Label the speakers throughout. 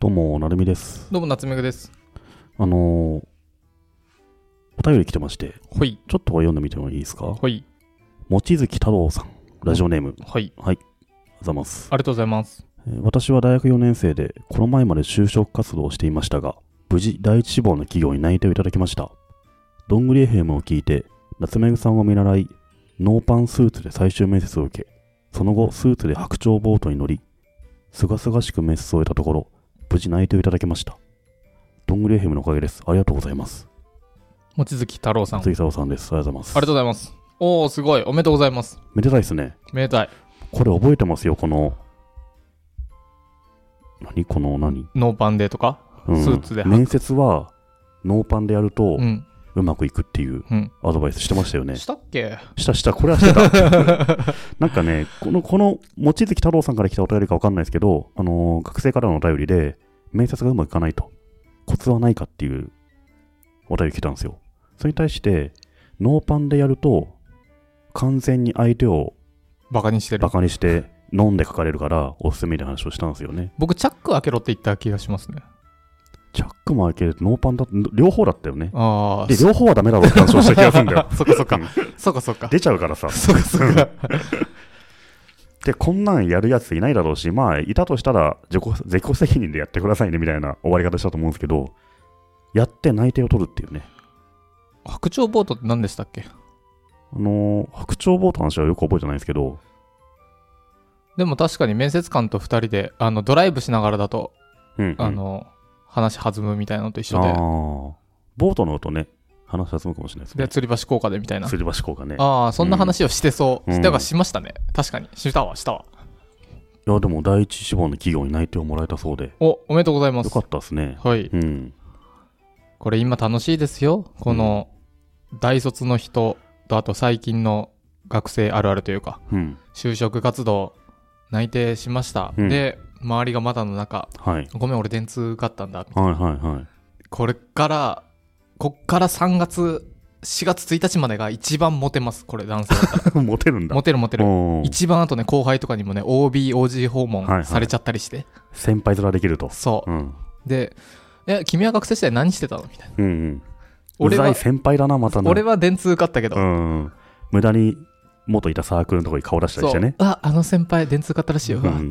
Speaker 1: どうも、なるみです。
Speaker 2: どうも夏目ぐです。
Speaker 1: あのーお便り来てまして、
Speaker 2: ほい、
Speaker 1: ちょっとこれ読んでみてもいいですか
Speaker 2: ほい、
Speaker 1: 望月太郎さん、ラジオネーム、
Speaker 2: ほい。
Speaker 1: あざます。
Speaker 2: ありがとうございます。
Speaker 1: えー私は大学4年生で、この前まで就職活動をしていましたが、無事第一志望の企業に内定をいただきました。どんぐり FM を聞いて、夏目さんを見習い、ノーパンスーツで最終面接を受け、その後、スーツで白鳥ボートに乗り、すがすがしく面接を終えたところ、無事内定をいただきました。どんぐり FM のおかげです。ありがとうございます。
Speaker 2: 望月太郎さん。あり
Speaker 1: 杉沢さんです。ありがとうございます。
Speaker 2: がとうございます。おー、すごい。おめでとうございます。
Speaker 1: めでたいですね。
Speaker 2: めでたい。
Speaker 1: これ覚えてますよ、この。何この何、
Speaker 2: ノーパンでとか
Speaker 1: うん
Speaker 2: スーツで履く
Speaker 1: 面接は、ノーパンでやると
Speaker 2: う、ん。
Speaker 1: うまくいくっていう
Speaker 2: うん。
Speaker 1: アドバイスしてましたよね。
Speaker 2: したっけ
Speaker 1: したした、これはしてた。 なんかね、この、この、望月太郎さんから来たお便りかわかんないですけど、あのー学生からのお便りで、面接がうまくいかないと、コツはないかっていうお便り来たんですよ。それに対して、ノーパンでやると、完全に相手を
Speaker 2: バカにしてる
Speaker 1: バ。カにして飲んで書かれるからおすすめで話をしたんですよね
Speaker 2: 僕、チャック開けろって言った気がしますね。
Speaker 1: チャックも開けるとノーパンだと両方だったよね
Speaker 2: あー、
Speaker 1: で両方はダメだろうって話をした気がするんだ よ
Speaker 2: そっかそっか
Speaker 1: うん
Speaker 2: そうかそうか。
Speaker 1: 出ちゃうからさ
Speaker 2: そうかそうか。
Speaker 1: でこんなんやるやついないだろうしまあいたとしたら自己自己責任でやってくださいねみたいな終わり方したと思うんですけどやって内定を取るっていうね
Speaker 2: 白鳥ボートって何でしたっけ
Speaker 1: あのー白鳥ボートの話はよく覚えてないんですけど
Speaker 2: でも確かに面接官と二人で、あの、ドライブしながらだと、
Speaker 1: うんうん
Speaker 2: あの、話弾むみたいなのと一
Speaker 1: あ
Speaker 2: 緒で、
Speaker 1: ーボートの音ね話は済むかもしれないです
Speaker 2: で、
Speaker 1: ね
Speaker 2: 吊り橋効果でみたいな。
Speaker 1: すり橋効果ね
Speaker 2: ああ、そんな話をしてそう。
Speaker 1: うん
Speaker 2: だからしましたね。確かに。したわ、したわ。
Speaker 1: いやでも第一志望の企業に内定をもらえたそうで
Speaker 2: お、おめでとうございま
Speaker 1: よ
Speaker 2: す
Speaker 1: か。ったですね
Speaker 2: はい。
Speaker 1: うん
Speaker 2: これ今楽しいですよ。この、大卒の人と、あと最近の学生あるあるというか、
Speaker 1: うん
Speaker 2: 就職活動、内定しました。
Speaker 1: うん
Speaker 2: で、周りがまだの中、
Speaker 1: はい
Speaker 2: ごめん、俺電通受かったんだ。
Speaker 1: はいはいはい
Speaker 2: これから、こっから3月、4月1日までが一番モテます。これ男 性だったら。
Speaker 1: モテるんだ。
Speaker 2: モテるモテる。
Speaker 1: おー
Speaker 2: 一番あとね、後輩とかにもね、OB、OG 訪
Speaker 1: はいはい
Speaker 2: 問されちゃったりして。
Speaker 1: 先輩面できると。
Speaker 2: そうう。
Speaker 1: ん。
Speaker 2: で、え、君は学生時代何してたのみたいな。
Speaker 1: うんうん。
Speaker 2: 俺
Speaker 1: 俺
Speaker 2: は
Speaker 1: は。先輩だな、またな。
Speaker 2: 俺は電通受かったけど
Speaker 1: う、ん。無駄に元いたサークルのところに顔出したりしてね。
Speaker 2: そうああの先輩電通買ったらしいよ、うわ
Speaker 1: ん。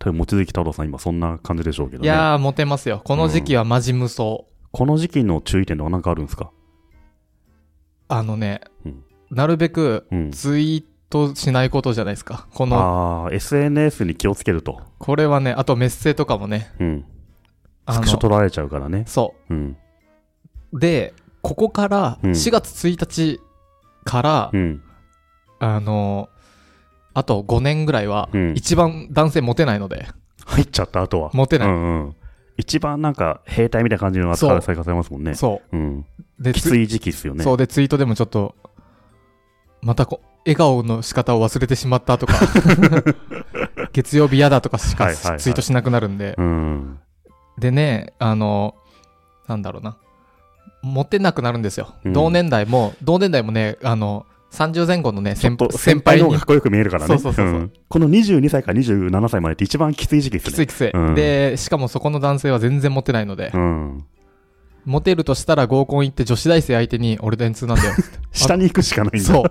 Speaker 1: 多分望月太郎さん、今そんな感じでしょうけど
Speaker 2: い
Speaker 1: ね。
Speaker 2: やーモテますよこの時期はマジ無双、
Speaker 1: この時期の注意点とか何かあるんですか
Speaker 2: あのね、
Speaker 1: うん
Speaker 2: なるべく
Speaker 1: うん。
Speaker 2: ツイートしないことじゃないですかこの
Speaker 1: ああ、SNS に気をつけると。
Speaker 2: これはねあとメッセとかもね
Speaker 1: うん。
Speaker 2: あ
Speaker 1: スクショ
Speaker 2: の
Speaker 1: 取られちゃうからね。
Speaker 2: そ
Speaker 1: うん。
Speaker 2: うでここから
Speaker 1: うん
Speaker 2: 4月1日から、
Speaker 1: うん。
Speaker 2: あのあと5年ぐらいは
Speaker 1: うん
Speaker 2: 一番男性モテないので、
Speaker 1: 入っちゃった後は。
Speaker 2: モテ
Speaker 1: う
Speaker 2: ない、
Speaker 1: んうん。一番なんか兵隊みたいな感じの扱いされますもんね。
Speaker 2: そ
Speaker 1: うん。
Speaker 2: うで
Speaker 1: き
Speaker 2: ツ
Speaker 1: つ
Speaker 2: イ
Speaker 1: い時期っすよね。
Speaker 2: そうでツイートでもちょっとまたこ笑顔の仕方を忘れてしまった とか月曜日嫌だとかし
Speaker 1: は
Speaker 2: か
Speaker 1: いはいはい
Speaker 2: ツイートしなくなるんで、
Speaker 1: うん。
Speaker 2: でねあのなんだろうなモテなくなるんですよ、
Speaker 1: うん
Speaker 2: 同年代も同年代もねあの30前後のね先
Speaker 1: ちょっと
Speaker 2: 先
Speaker 1: 先輩
Speaker 2: 輩
Speaker 1: の方
Speaker 2: に
Speaker 1: がかっこよく見えるからね。
Speaker 2: そうそうそうそうん
Speaker 1: この22歳から27歳までって一番きつい時期で
Speaker 2: き
Speaker 1: す
Speaker 2: つ
Speaker 1: ね。
Speaker 2: いきつい、
Speaker 1: うん
Speaker 2: でしかもそこの男性は全然モテないので、
Speaker 1: うん。
Speaker 2: モテるとしたら合コン行って女子大生相手に俺電通なんだよ
Speaker 1: 下に行くしか ないんだ。
Speaker 2: そ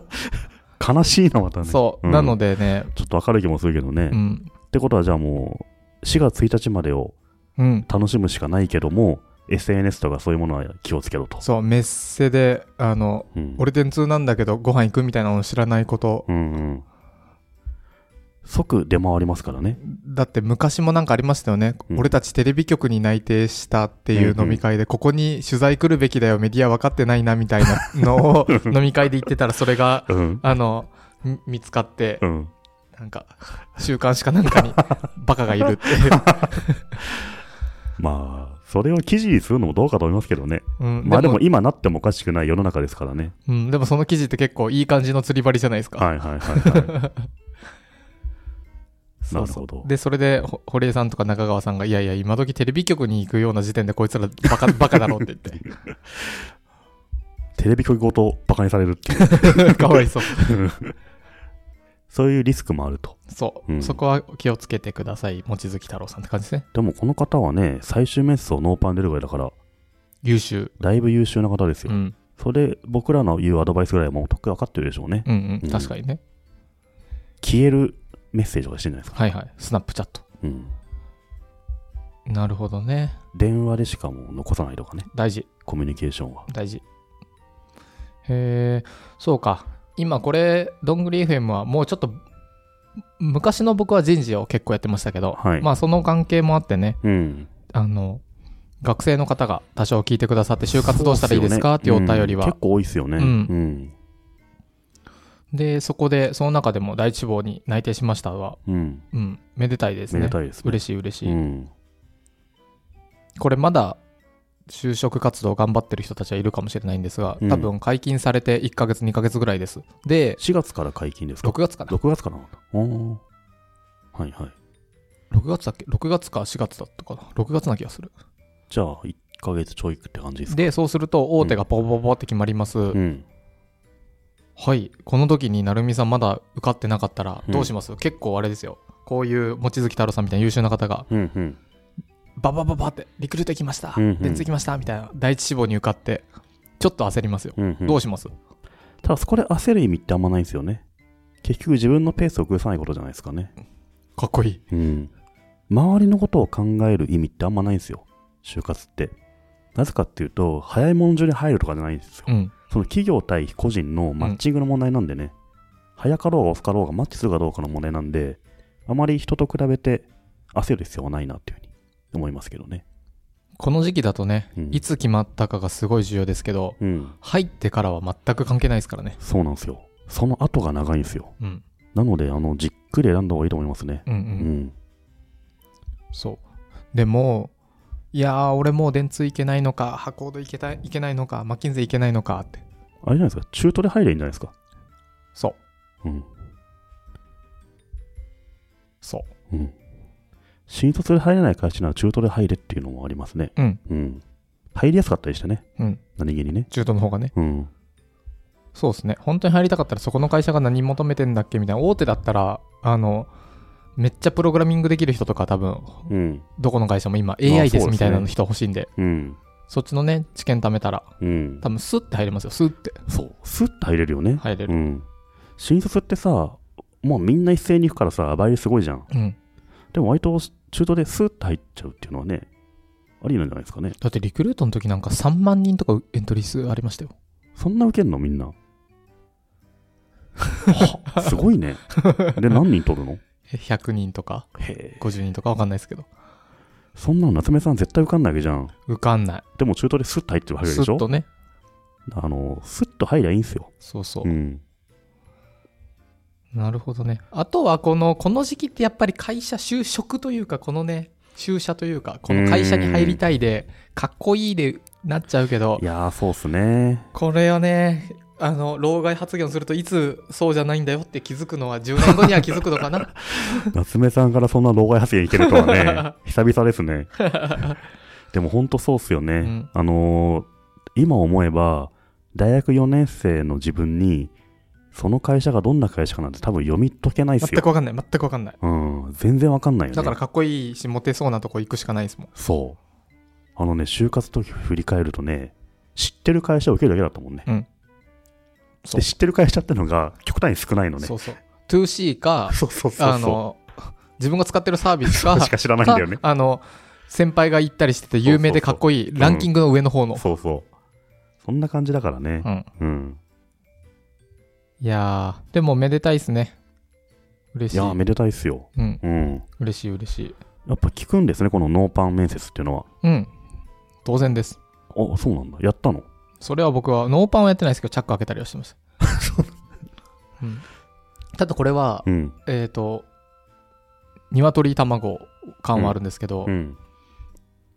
Speaker 1: 悲しいな、また
Speaker 2: う
Speaker 1: ね。ちょ
Speaker 2: そう、
Speaker 1: うん
Speaker 2: なのでね
Speaker 1: っと明るい気もするけどね。
Speaker 2: う
Speaker 1: っ
Speaker 2: ん
Speaker 1: てことはじゃあもう、4月1日までを
Speaker 2: うん
Speaker 1: 楽しむしかないけども、SNS とかそういうものは気をつけろと。
Speaker 2: そう、メッセで、あの、
Speaker 1: うん、
Speaker 2: 俺電通なんだけど、ご飯行くみたいなの知らないこと。
Speaker 1: うんうん。即出回りますからね。
Speaker 2: だって昔もなんかありましたよね。
Speaker 1: うん
Speaker 2: 俺たちテレビ局に内定したっていう飲み会で、ここに取材来るべきだよ、メディア分かってないな、みたいな のを飲み会で言ってたら、それが、
Speaker 1: うん。
Speaker 2: あの、み見つかって
Speaker 1: う、ん。
Speaker 2: なんか、週刊誌かなんかにバカがいる って。
Speaker 1: まあ、それを記事にするのもどうかと思いますけどね。
Speaker 2: うん、
Speaker 1: まあで
Speaker 2: でも
Speaker 1: も、今なってもおかしくない世の中ですからね。
Speaker 2: うん、でもその記事って結構いい感じの釣り針じゃないですか。
Speaker 1: はいはい はいはい。
Speaker 2: そ
Speaker 1: な
Speaker 2: うそう
Speaker 1: るほど
Speaker 2: で、それで、ほ堀江さんとか中川さんが、いやいや、今時テレビ局に行くような時点でこいつらバカ、バカだろうって言
Speaker 1: テレビ局ごとバカにされるっていう。
Speaker 2: って。かわいそう。
Speaker 1: そういうリスクもあると。
Speaker 2: そう、
Speaker 1: うん
Speaker 2: そこは気をつけてください望月太郎さんって感じですね
Speaker 1: でもこの方はね、最終メッセをノーパン出るぐらいだから、
Speaker 2: 優秀、
Speaker 1: だいぶ優秀な方です
Speaker 2: う
Speaker 1: よ。
Speaker 2: ん、
Speaker 1: それ、僕らの言うアドバイスぐらいはもうとっくに分かってるでしょうね。
Speaker 2: うんう
Speaker 1: うんん
Speaker 2: 確かにね
Speaker 1: 消えるメッセージとかしてるんじゃないですか。
Speaker 2: はいはいスナップチャット
Speaker 1: うん。
Speaker 2: なるほどね
Speaker 1: 電話でしかもう残さないとかね、
Speaker 2: 大事
Speaker 1: コミュニケーションは。
Speaker 2: 大事へえそうか今これどんぐり FM はもうちょっと昔の僕は人事を結構やってましたけど、
Speaker 1: はい
Speaker 2: まあその関係もあってね
Speaker 1: うん。
Speaker 2: あの学生の方が多少聞いてくださって就活どうしたらいいですかっていうお便りは、
Speaker 1: うん結構多いですよね。
Speaker 2: うん
Speaker 1: うん。
Speaker 2: でそこでその中でも第一志望に内定しましたは、
Speaker 1: うん。
Speaker 2: うん、めでたいです
Speaker 1: めで
Speaker 2: ね
Speaker 1: たいですね。
Speaker 2: 嬉しい嬉しい、
Speaker 1: うん。
Speaker 2: これまだ就職活動頑張ってる人たちはいるかもしれないんですが
Speaker 1: うん
Speaker 2: 多分解禁されて1ヶ月2ヶ月ぐらいですで
Speaker 1: 4月から解禁ですか
Speaker 2: 6月かな
Speaker 1: ?6 月からなんだ。おーはいはい。
Speaker 2: 6月だっけ6月か4月だったかな6月な気がする
Speaker 1: じゃあ、1ヶ月ちょいって感じですか
Speaker 2: でそうすると大手がポボポボって決まります、
Speaker 1: うん。
Speaker 2: はいこの時に成美さんまだ受かってなかったら
Speaker 1: うん
Speaker 2: どうします、結構あれですよこういう望月太郎さんみたいな優秀な方が
Speaker 1: うんうん。
Speaker 2: ババババってリクルート行きました、
Speaker 1: うんうん
Speaker 2: 電通行きましたみたいな第一志望に受かってちょっと焦りますよ、
Speaker 1: うんうん
Speaker 2: どうします
Speaker 1: ただそこで焦る意味ってあんまないんですよね結局自分のペースを崩さないことじゃないですかね
Speaker 2: かっこいい
Speaker 1: うん周りのことを考える意味ってあんまないんですよ就活ってなぜかっていうと早いもん順に入るとかじゃないんですよ
Speaker 2: うん
Speaker 1: その企業対個人のマッチングの問題なんでね、早かろうが遅かろうがマッチするかどうかの問題なんであまり人と比べて焦る必要はないなっていうふうに思いますけどね
Speaker 2: この時期だとね、
Speaker 1: うん
Speaker 2: いつ決まったかがすごい重要ですけど
Speaker 1: うん
Speaker 2: 入ってからは全く関係ないですからね
Speaker 1: そうなんですよその後が長いんですよ
Speaker 2: うん
Speaker 1: なのであのじっくり選んだ方がいいと思いますね
Speaker 2: うんうん、
Speaker 1: うん
Speaker 2: そうでもいやー俺もう電通行けないのか箱コード行けたい行けないのかマッキンゼ行けないのかって
Speaker 1: あれじゃないですか中途で入ればいいんじゃないですか
Speaker 2: そう
Speaker 1: うん
Speaker 2: そ
Speaker 1: うん、新卒で入れない会社なら中途で入れっていうのもありますね。
Speaker 2: ううん
Speaker 1: うん、入りやすかったりしてね、
Speaker 2: うん
Speaker 1: 何気にね。
Speaker 2: 中途の方がね
Speaker 1: うん、
Speaker 2: そうですね本当に入りたかったらそこの会社が何求めてんだっけみたいな大手だったらあのめっちゃプログラミングできる人とか多分
Speaker 1: うん、
Speaker 2: どこの会社も今
Speaker 1: まあ
Speaker 2: AI で
Speaker 1: そうです
Speaker 2: す
Speaker 1: ね
Speaker 2: みたいなの人欲しいんで
Speaker 1: うん、
Speaker 2: そっちのね知見貯めたら
Speaker 1: うん。
Speaker 2: 多分スッて入れますよスッて
Speaker 1: そう、スッと入れるよね。
Speaker 2: 入れ
Speaker 1: う
Speaker 2: る
Speaker 1: ん、新卒ってさ、もうみんな一斉に行くからさ、倍率すごいじゃん。
Speaker 2: うん
Speaker 1: でも割と中途でスッと入っちゃうっていうのはね、ありなんじゃないですかね。
Speaker 2: だってリクルートの時なんか3万人とかエントリー数ありましたよ
Speaker 1: そんな受けんのみんな。はすごいね。で、何人取るの
Speaker 2: え100人とか
Speaker 1: へえ。
Speaker 2: 50人とかわかんないですけど
Speaker 1: そんなの夏目さん絶対受かんないわけじゃん。
Speaker 2: 受かんない
Speaker 1: でも中途でスッと入ってるわけでし
Speaker 2: ス
Speaker 1: ょ
Speaker 2: ッとね
Speaker 1: あの、スッと入りゃいいんすよ。
Speaker 2: そうそう、
Speaker 1: うん。
Speaker 2: なるほどねあとはこのこの時期ってやっぱり会社就職というかこのね就社というかこの会社に入りたいでかっこいいでなっちゃうけど
Speaker 1: いやー、そうっすね。
Speaker 2: これはねあの老害発言するといつそうじゃないんだよって気づくのは10年後には気づくの かな
Speaker 1: 夏目さんからそんな老害発言いけるとは ね、久々ですね。でも本当そうっすよね。
Speaker 2: ん
Speaker 1: あのー今思えば、大学4年生の自分に、その会社がどんな会社かなんて多分読み解けないっ
Speaker 2: 全
Speaker 1: すよ
Speaker 2: く。わかんない全くわかんない
Speaker 1: うん、全然わかんないよね。
Speaker 2: だからかっこいいしモテそうなとこ行くしかないですもん
Speaker 1: そう。あのね、就活時振り返るとね、知ってる会社を受けるだけだったもんね。
Speaker 2: うんそ
Speaker 1: で
Speaker 2: う
Speaker 1: 知ってる会社ってのが極端に少ないのね。
Speaker 2: そうそう 2C か
Speaker 1: そうそうそうそう。
Speaker 2: あの自分が使ってるサービスか
Speaker 1: しか知らないんだよね
Speaker 2: か。あの先輩が行ったりしてて有名でかっこいい
Speaker 1: そう
Speaker 2: ランキングの上の方の、
Speaker 1: そうそう。そんな感じだからね
Speaker 2: う。ん、
Speaker 1: うん。
Speaker 2: いやーでもめでたいですね嬉
Speaker 1: い
Speaker 2: しい
Speaker 1: やー、めでたいっすよ。
Speaker 2: うん
Speaker 1: うん。
Speaker 2: 嬉しい嬉しい
Speaker 1: やっぱ聞くんですね、このノーパン面接っていうのは。
Speaker 2: うん当然です
Speaker 1: あ、そうなんだ。やったの。
Speaker 2: それは僕はノーパンはやってないですけどチャック開けたりはし てました、うん、ただこれは
Speaker 1: うん。
Speaker 2: えっ、と鶏卵感はあるんですけど、
Speaker 1: うん。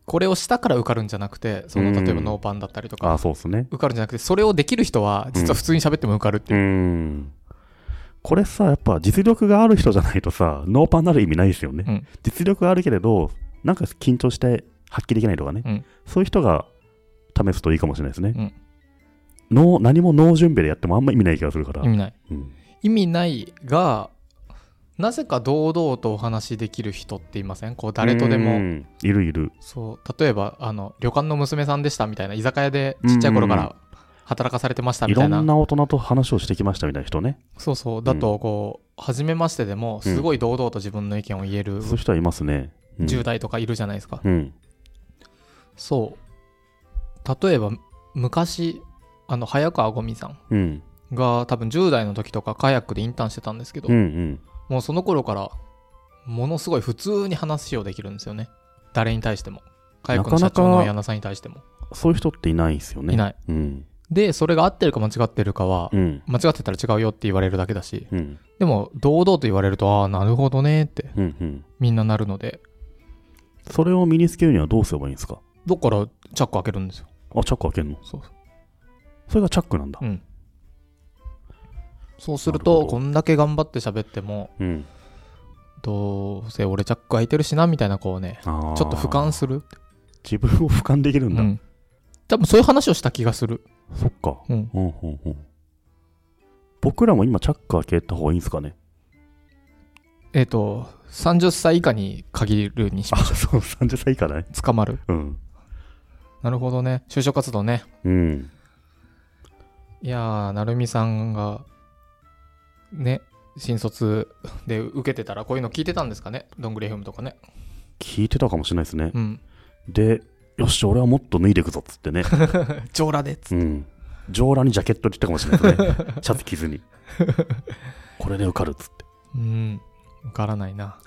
Speaker 2: これをしたから受かるんじゃなくてその例えばノーパンだったりとか、
Speaker 1: あ、そうっすね。
Speaker 2: 受かるんじゃなくてそれをできる人は実は普通に喋っても受かるって
Speaker 1: う
Speaker 2: いう、
Speaker 1: ん。これさ、やっぱ実力がある人じゃないとさ、ノーパンになる意味ないですよね。
Speaker 2: うん
Speaker 1: 実力があるけれど、なんか緊張して発揮できないとかね。
Speaker 2: うん
Speaker 1: そういう人が試すといいかもしれないですね。
Speaker 2: うん
Speaker 1: ノー何もノー準備でやってもあんま意味ない気がするから。
Speaker 2: 意味ない
Speaker 1: うん
Speaker 2: 意味ないがなぜか堂々とお話しできる人っていませんこう誰とで
Speaker 1: う
Speaker 2: も
Speaker 1: んいるいる
Speaker 2: そう例えばあの旅館の娘さんでしたみたいな居酒屋でちっちゃい頃から働かされてました
Speaker 1: い
Speaker 2: みた
Speaker 1: ろ
Speaker 2: いなん
Speaker 1: な大人と話をしてきましたみたいな人ね
Speaker 2: そうそうだとこう、初めましてでもすごい堂々と自分の意見を言える
Speaker 1: そういう人はいますね、うん、
Speaker 2: 10代とかいるじゃないですか、
Speaker 1: うん
Speaker 2: そう例えば昔あの早川五味さん
Speaker 1: うん
Speaker 2: が多分10代の時とかカヤックでインターンしてたんですけど、
Speaker 1: うんうん
Speaker 2: もうその頃からものすごい普通に話をできるんですよね誰に対してもカヤックの社長
Speaker 1: なかな
Speaker 2: の
Speaker 1: か
Speaker 2: 矢野さんに対しても
Speaker 1: そういう人っていないですよね
Speaker 2: いない
Speaker 1: うん
Speaker 2: でそれが合ってるか間違ってるかは、
Speaker 1: うん
Speaker 2: 間違ってたら違うよって言われるだけだし
Speaker 1: うん
Speaker 2: でも堂々と言われるとああなるほどねって
Speaker 1: うんうん
Speaker 2: みんななるので
Speaker 1: それを身につけるにはどうすればいいんですか
Speaker 2: だからチャック開けるんですよ
Speaker 1: あチャック開けるの
Speaker 2: そう
Speaker 1: それがチャックなんだ
Speaker 2: うん、そうする
Speaker 1: なる
Speaker 2: と
Speaker 1: ほど
Speaker 2: こんだけ頑張って喋っても
Speaker 1: うん
Speaker 2: どうせ俺チャック開いてるしなみたいなこうね
Speaker 1: あー
Speaker 2: ちょっと俯瞰する、
Speaker 1: 自分を俯瞰できるん
Speaker 2: う
Speaker 1: だ、
Speaker 2: ん、多分そういう話をした気がする、
Speaker 1: そっか
Speaker 2: うん、
Speaker 1: うんうんうん僕らも今チャック開けた方がいいんですかね
Speaker 2: えっ、と30歳以下に限るにし
Speaker 1: あそう30歳以下だね
Speaker 2: 捕まる
Speaker 1: うん
Speaker 2: なるほどね就職活動ね
Speaker 1: うん
Speaker 2: いやー成美さんがね新卒で受けてたらこういうの聞いてたんですかねどんぐり FM とかね
Speaker 1: 聞いてたかもしれないですね
Speaker 2: う、 ん
Speaker 1: でよし俺はもっと脱いでいくぞっつってね
Speaker 2: 上裸でっつ
Speaker 1: うん上裸にジャケットで行ったかもしれないです ねシャツ着ずにこれで受かるっつって
Speaker 2: うん受からないな